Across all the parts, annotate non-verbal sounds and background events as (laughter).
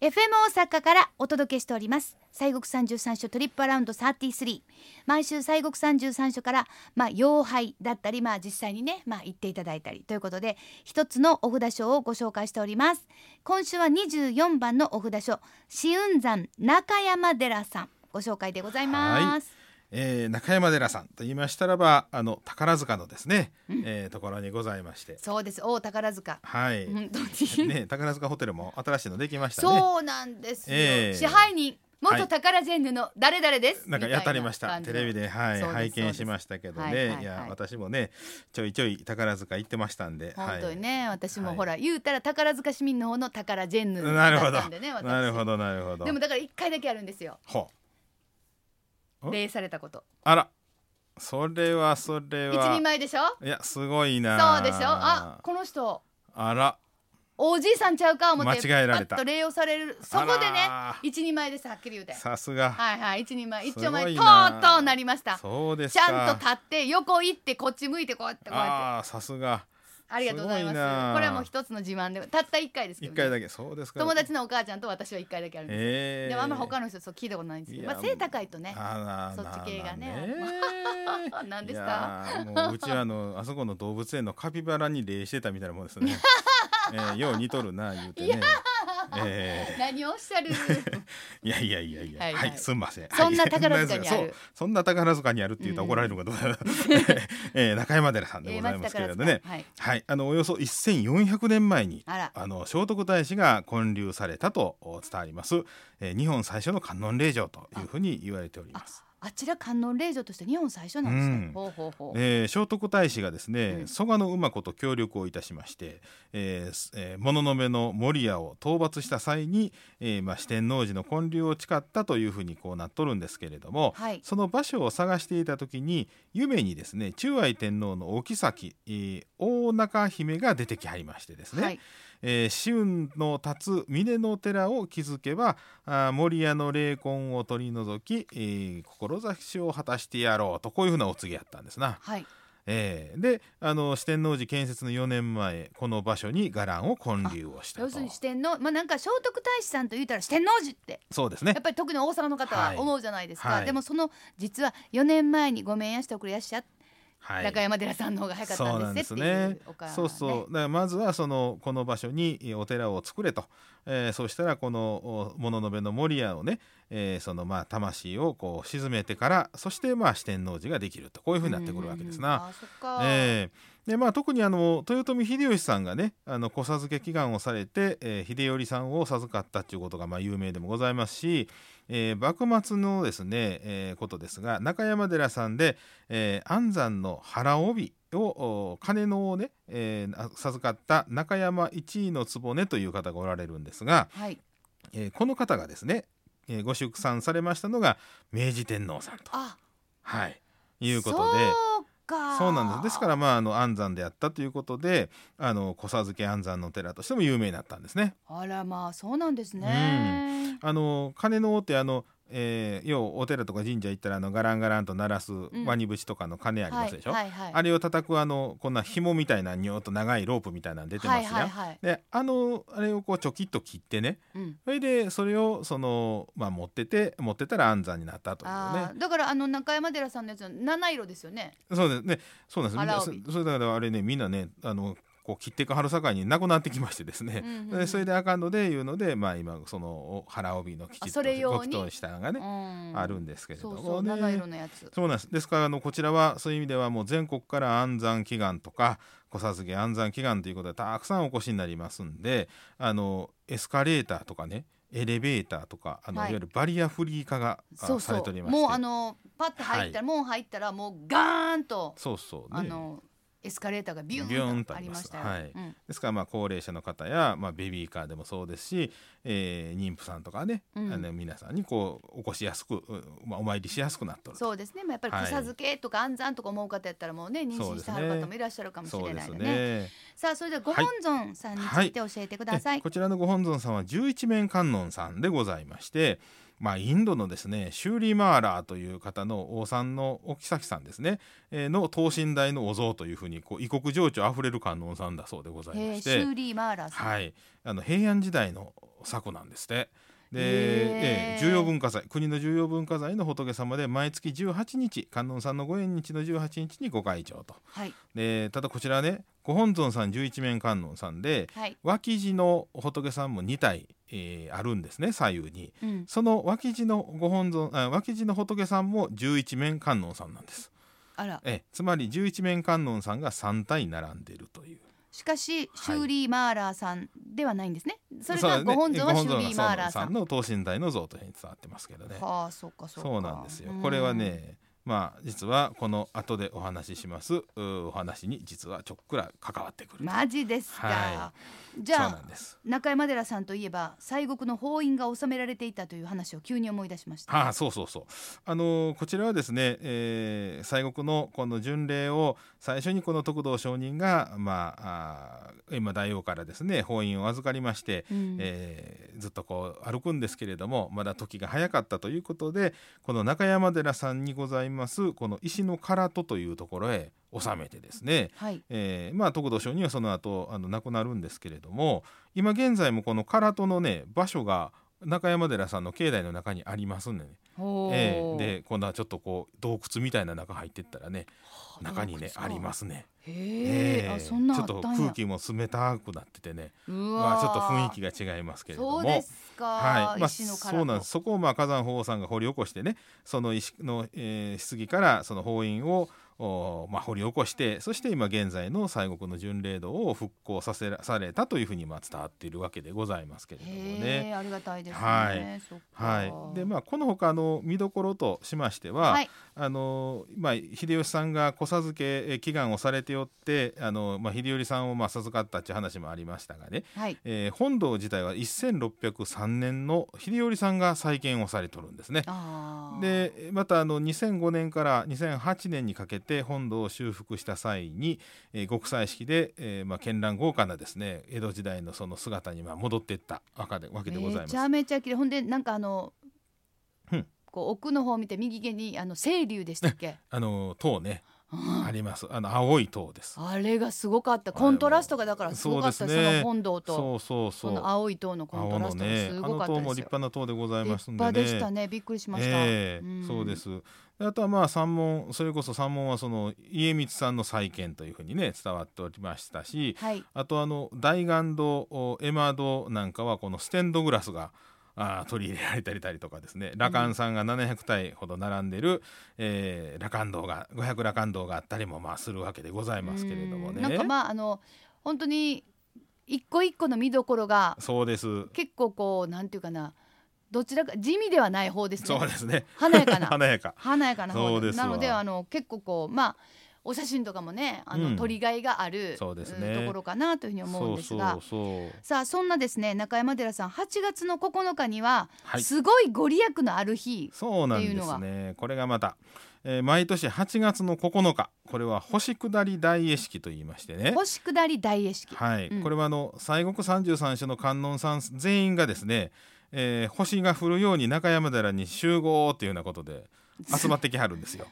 FM 大阪からお届けしております西国三十三所トリップアラウンド33毎週西国三十三所からまあ妖杯だったりまあ実際にねまあ行っていただいたりということで一つのお札書をご紹介しております今週は24番のお札書紫雲山中山寺さんご紹介でございます、えー中山寺さんと言いましたらばあの宝塚のですね、えーところにございましてそうです大宝塚はい、本 (laughs) 当に、ね宝塚ホテルも新しいのできましたねそうなんですよ、ええ支配人元はい宝ジェンヌの誰々です、なんかやたりまみしいたな感じテのレビで、はい、そうで拝す見しましたけどね、そういですはいはいはやい私もねちょいちょい宝塚行ってましたんで本当にはいね、私もはいほら、言うたら宝塚市民の方の宝ジェンヌなるだほったんでねど、なるほどなるほどでもだから一回だけあるんですよほうお礼されたことあらそれはそれ一は人前でしょいやすごいなそうでしょあこの人あらおじいさんちゃうか思って間違えられパたッと礼をされるそこでねあらー一人前ですはっきり言うてさすが、はいはい一人前一丁前すとごうといなうなりましたそうですちかゃんと立って横行ってこっち向いてこうやってこうやってああーさすがありがとうございますすごいなあこれはもう一つの自慢でたった一回ですけ一どね、回だけそうですか友達のお母ちゃんと私は一回だけあるんです、ええでもあんま他の人そう聞いたことないんですけど、いまやあ、背高いとねあそらっち系がねなあね何ですいかやーもううちはあのあそこの動物園のカピバラに礼してたみたいなもんで (laughs) すね。えー、よう似とるな言うてね。え何をおっしゃるー、いやいやいやいや、ははいい、はいすんません。そんな宝塚にあるはいそうそんな宝塚にあるって言うと怒られるかどうか、 (laughs) えー、中山寺さんでえーございますけれどね。松宝塚はいはい、あのおよそ1400年前にあらあの聖徳太子が建立されたとお伝わります、えー、日本最初の観音霊場というふうに言われておりあます、あちら観音霊場として日本最初なんですね、うんほうほうほう、えー、聖徳太子がですね、うん蘇我の馬子と協力をいたしまして、えーすえー、物の目の守屋を討伐した際に、えーまあ、四天王寺の建立を誓ったというふうにこうなっとるんですけれども、はいその場所を探していた時に夢にですね中愛天皇のお妃、えー大中姫が出てきはりましてですね、はいえー、紫雲の立つ峰の寺を築けばあー守屋の霊魂を取り除き、えー志を果たしてやろうとこういうふうなお告げやったんですな。はいえーであの四天王寺建設の4年前この場所に伽藍を建立をした要とするに四天王まあなんか聖徳太子さんと言うたら四天王寺ってそうですやねっぱり特に大阪の方ははい思うじゃないですか、はいでもその実は4年前にごめんやしておくれやっしゃ、はい中山寺さんの方が早かったんですねっていうお母さんそうそうだからまずはそのこの場所にえーお寺を作れと、えーそうしたらこのお物の部の守屋をね、えーそのまあ魂をこう沈めてからそしてまあ四天王寺ができるとこういうふうになってくるわけですな。うんうんうんあそっか、ええでまあ、特にあの豊臣秀吉さんがねあの子授け祈願をされて、えー秀頼さんを授かったっていうことがまあ有名でもございますし、えー幕末のですね、えーことですが中山寺さんで、えー安産の腹帯をお鐘のをね、えーあ授かった中山一位の局という方がおられるんですが、はいえーこの方がですね、えーご出産されましたのが明治天皇さんと、あはい、いうことで。そうかそうなんです。ですかららまああの安山であったということで、あの小授け安山の寺としても有名になったんですね。あらまあそうなんですね、あの鐘の音ってあの、えー、要はお寺とか神社行ったらあのガランガランと鳴らすんワニ節とかの鐘ありますでしょ。はいはいあれを叩くあのこんな紐みたいなにょーっと長いロープみたいなの出てますね。はいはいはいであのあれをこうちょきっと切ってねうんそれでそれをその、まあ、持ってて持ってたら安山になったというねあーだからあの中山寺さんのやつは七色ですよねそうですね。そうなんですみんな。腹そ帯それだからあれね、みんなね、あの。こう切っていく春境になくなってきましてですね、うんうんうんでそれであかんのでいうので、まあ、今そのお腹帯のきちあっそとれ用にご祈祷したのがうね、んあるんですけれどそもうねそう七色のやつそうなんですですからあのこちらはそういう意味ではもう全国から安産祈願とか小授け安産祈願ということでたくさんお越しになりますんであのエスカレーターとかねエレベーターとかあの、はいい、わゆるバリアフリー化があそうさそれておりうましてもうあのパッと入ったら、門入ったらもうガーンとそうそう、ね、あのエスカレーターがビュビューーンンととあありりまましすたよ。はいうんですからまあ高齢者の方や、まあ、ベビーカーでもそうですし、えー妊婦さんとかね、うんあの皆さんにこうお越しやすく、うまあ、お参りしやすくなっとるとそうですね、まあ、やっぱりはい子授けとか安産とか思う方やったらもうね妊そ娠うでしすてねはる方もいらっしゃるかもしそれうでないすのでねね。さあそれではご本尊さんについて教えてください、えこちらのご本尊さんは十一面観音さんでございまして、まあ、インドのですねシューリーマーラーという方の王さんのお妃さんですね、えーの等身大のお像というふうにこう異国情緒あふれる観音さんだそうでございえまーしシてュー。リー・マーラーさん、はい、あの平安時代の作なんですって。で、へーええ重要文化財国の重要文化財の仏様で毎月18日観音さんのご縁日の18日にご開帳とはいでただこちらねご本尊さん十一面観音さんではい、脇地の仏さんも2体、えーあるんですね左右にうん、その脇地のご本尊あ脇地の仏さんも十一面観音さんなんですあらええつまり十一面観音さんが3体並んでるというしかしシューリー・マーラーさんではないんですねそれうだがねご本尊はごシ本ュー尊リがー・マーラーさそうんの等身大の像というふうに伝わってますけどねはあそうかそうかそうなんですよこれはねまあ実はこの後でお話ししますうーお話に実はちょっくら関わってくる、マジですか、はじゃそうなあんです中山寺さんといえば西国の法院が収められていたという話を急に思い出しましたああそうそうそうあのーこちらはですね、えー、西国のこの巡礼を最初にこの徳道上人がまああー今大王からですね法印を預かりまして、うんえーずっとこう歩くんですけれどもまだ時が早かったということでこの中山寺さんにございますこの石の唐戸というところへ納めてですね、はいえーまあ、徳土上人はその後あの亡くなるんですけれども今現在もこの唐戸のね場所が中山寺さんの境内の中にありますんでね、ほうえーで今度はちょっとこう洞窟みたいな中入ってったらねはあ中に洞ね窟あかりますね、へええーあそんなんちあょっっとたんや空気も冷たくなっててねうわまあ、ーちょっと雰囲気が違いますけれどそもうですか、はいまあ、石の殻そうなんですそこをまあ火山法皇さんが掘り起こしてねその石の、えー、棺からその法印をおーまあ、掘り起こしてそして今現在の西国の巡礼堂を復興させらされたというふうにまあ伝わっているわけでございますけれどもへね。えありがたいですね、はいそっかはい、でまあこのほかの見どころとしましては、はいあのまあ、秀吉さんが子授けえー祈願をされておってあの、まあ、秀頼さんをまあ授かったっていう話もありましたがね、はいえー本堂自体は1603年の秀頼さんが再建をされとるんですね。あーでまたあの2005年から2008年にかけて本堂を修復した際に、えー、極彩式で、えーまあ、絢爛豪華なですね江戸時代のその姿にまあ戻っていったわけでわけでございまめすち。ゃめちゃ綺麗ほんでなんかあの、うんこう奥の方を見て右手にあの清流でしたっ (laughs) け、あの塔ねうんありますあの青い塔です。あれがすごかったコントラストがだからすごかったそうそ,、ですねの本堂とそそうそうそう。の青い塔のコント青ラのストがねすあごかっのたで塔すよも、立派な塔でございま立すんで派ね。でしたねびっくりしました、ええんそうですであとはまあ三門それこそ三門はその家光さんの再建というふうにね伝わっておりましたしはいあとあの大願堂お絵馬堂なんかはこのステンドグラスがあー取り入れられたりたりとかですね羅漢さんが700体ほど並んでる、えー羅漢堂が500羅漢堂があったりもまあするわけでございますけれどもうね。んなんかまああの本当に一個一個の見どころがそうです結構こうなんていうかなどちらか地味ではない方ですねそうですね華やか (laughs) な華やか華やかなそ方うですわなのであの結構こうまあお写真とかもねあの、うん撮りがいがあるそうですねうんところかなというふうに思うんですがそうそうそうさあそんなですね中山寺さん8月の9日には、はいすごいご利益のある日そうなんってでいうすのねこれがまた、えー毎年8月の9日これは星下り大会式と言いましてね星下り大会式、はい、うんこれはあの西国三十三所の観音さん全員がですね、えー星が降るように中山寺に集合というようなことで集まってきはるんですよ。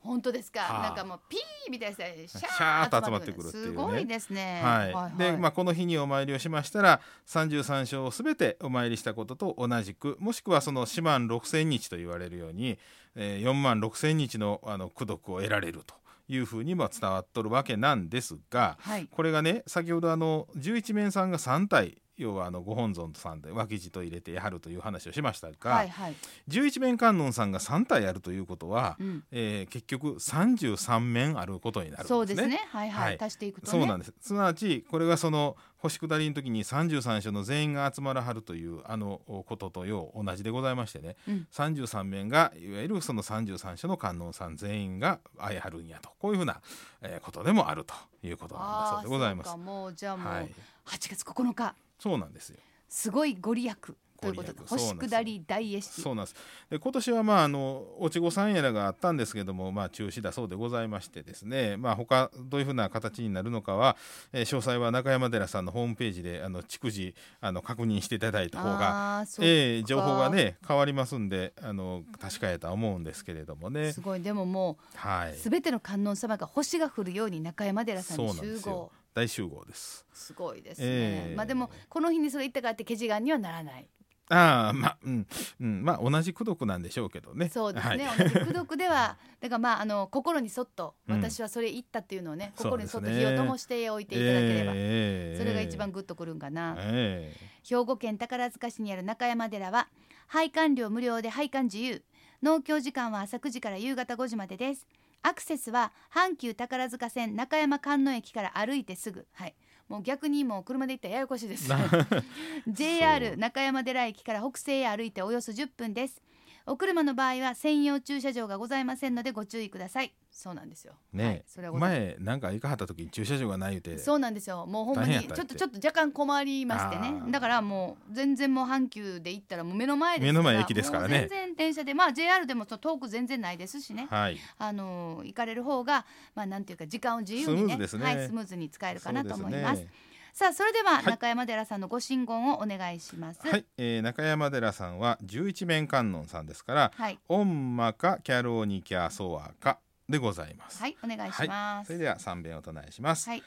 本当ですか、はあなんかもうピーみたいなやつでシャシャーッーッとと集集ままっっててくくるるっていすうねごいですねはいで、まあ、この日にお参りをしましたら33章をすべてお参りしたことと同じくもしくはその四万六千日と言われるように、えー、4万六千日のあの功徳を得られるというふうにまあ伝わっとるわけなんですがはいこれがね先ほどあの十一面さんが3体要はあのご本尊さんで脇地と入れてやはるという話をしましたはがいはい、十一、面観音さんが3体あるということは、うん、えー結局33面あることになるんですね。そうですねはいはい、はい足していくとねそうなんですすなわちこれがその星下りの時に33所の全員が集まらはるというあのこととよう同じでございましてね、うん33面がいわゆるその33所の観音さん全員が会えはるんやとこういうふうな、えーことでもあるということなんだそうああでございまーすそうか。もうじゃあもう、はい、 8月9日そうなんですよすごいご利益ということでご利益星下り大会式そうなんですで今年はまああのおちごさんやらがあったんですけども、まあ、中止だそうでございましてですね、まあ他どういうふうな形になるのかは、えー詳細は中山寺さんのホームページであの逐次あの確認していただいた方が、あーそうえー情報がね変わりますんであの確かやとは思うんですけれどもねす。ごいでももはういすべての観音様が星が降るように中山寺さんそうになんで集すよ合大集合です。すごいですね、ええまあでもこの日にそれ行ったからってケジガンにはならないああまあうん、うん、まあ同じ功徳なんでしょうけどね。そうですね、はい同じ功徳では (laughs) だからまああの心にそっとうん私はそれ行ったっていうのをね、 (laughs) そう心でにすそねっと火を灯しておいていただければ、ええそれが一番グッとくるんかな、え兵庫県宝塚市にある中山寺は拝観料無料で拝観自由農協時間は朝9時から夕方5時までですアクセスは阪急宝塚線中山観音駅から歩いてすぐはいもう逆にもう車で行ったらややこしいですな (laughs) JR 中山寺駅から北西へ歩いておよそ10分ですお車の場合は専用駐車場がございませんのでご注意くださいそうなんですよえねえはいそれはござい前なんか行かはった時に駐車場がないってそうなんですよもうほんま大変やにっちたょっってとちょっと若干困りましてねあーだからもう全然もう阪急で行ったらもう目の前ですから目の前駅ですからねもう全然電車でまあ JR でもそう遠く全然ないですしねはいあのー行かれる方がまあなんていうか時間を自由スにムーねズですねはいスムーズに使えるかなと思いそうますですねさあそれではい中山寺さんのご神言をお願いしますはい、えー中山寺さんは十一面観音さんですからはい「オンマかキャローニキャソワか」でございます。はいお願いしまそすれでは三遍お唱えします。はい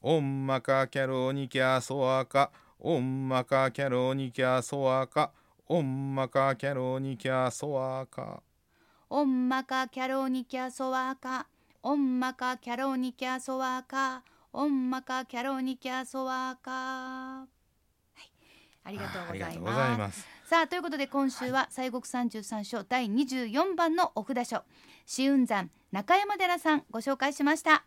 オンマカキャロニキャソワカオンマカキャロニキャソワカオンマカキャロニキャソワカオンマカキャロニキャソワーカオンマカキャロニキャソワーカオンマカキャロニキャソワーカはいあありがとうごりざがいとうござまいすますさあということで今週は西国三十三所第二十四番のお札書紫雲山中山寺さんご紹介しました